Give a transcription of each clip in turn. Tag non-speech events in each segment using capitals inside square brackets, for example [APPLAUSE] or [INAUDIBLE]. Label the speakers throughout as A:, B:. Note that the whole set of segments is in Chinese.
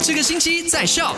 A: 这个星期在 Shock。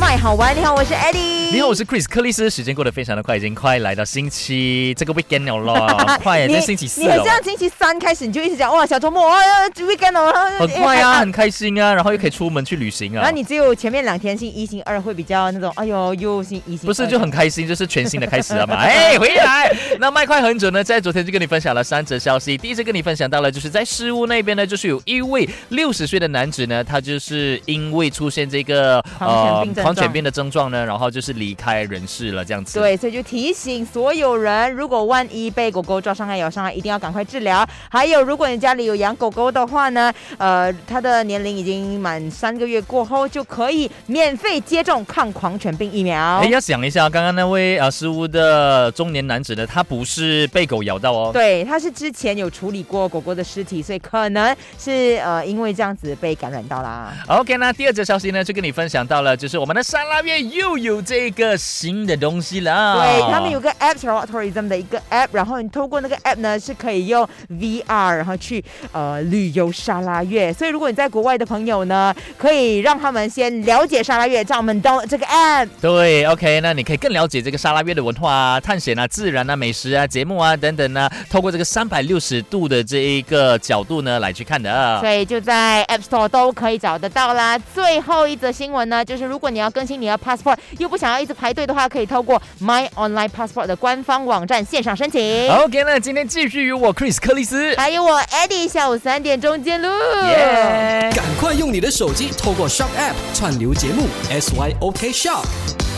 B: 麦好玩，你好，我是 Eddie。
C: [LAUGHS] 你好，我是 Chris 克里斯。时间过得非常的快，已经快来到星期这个 weekend
B: [LAUGHS]
C: 了咯，快耶，
B: 你
C: 这星期四哦
B: 你很
C: 了。
B: 像星期三开始，你就一直讲哇，小周末，哇要，weekend 哦，然后
C: 很快啊，
B: 哎
C: 很开心啊，然后又可以出门去旅行啊。
B: 然后你只有前面两天星一星二会比较那种，哎呦，又星一星
C: 不是就
B: 很。
C: 很开心，就是全新的开始
B: [LAUGHS]
C: 了嘛。哎，回来。那麦快很准呢，在昨天就跟你分享了三则消息。第一次跟你分享到了，就是在事务那边呢，就是有一位六十岁的男子呢，他就是因为出现这个呃
B: 狂犬病症状
C: 狂犬病的症状呢，然后就是离开人世了，这样子。。
B: 对，所以就提醒所有人，如果万一被狗狗抓伤害、咬伤害，一定要赶快治疗。还有，如果你家里有养狗狗的话呢，呃，它的年龄已经满三个月过后，就可以免费接种抗狂犬病疫苗
C: 哎，。要想一下，刚刚那位啊失误的中年男子呢，他不是被狗咬到哦，
B: 对，它是之前有处理过狗狗的尸体，所以可能是呃因为这样子被感染到啦。
C: OK，那第二则消息呢，就跟你分享到了，就是我们的沙拉月又有这个新的东西啦。
B: 对他们有个 app Sarawak Tourism 的一个 app，然后你透过那个 app 呢是可以用 VR 然后去呃旅游沙拉越，所以如果你在国外的朋友呢，可以让他们先了解沙拉越，叫我们 download 这个 app。
C: 对，OK，那你可以更了解这个沙拉越的文化啊、探险啊、自然啊、美食啊、节目啊等等呢、透过这个三百六十度的这一个角度呢来去看的。啊
B: 所以就在 App Store 都可以找得到啦。最后一则新闻呢，就是如果你要更新你的 passport，又不想要一直排队的话，可以透过 My Online Passport 的官方网站线上申请。
C: OK，那今天继续与我 Chris 克里斯。
B: 还有我 Eddie，下午三点钟见喽。
C: 耶
A: 赶快用你的手机透过 Shock App 串流节目 SYOK Shock。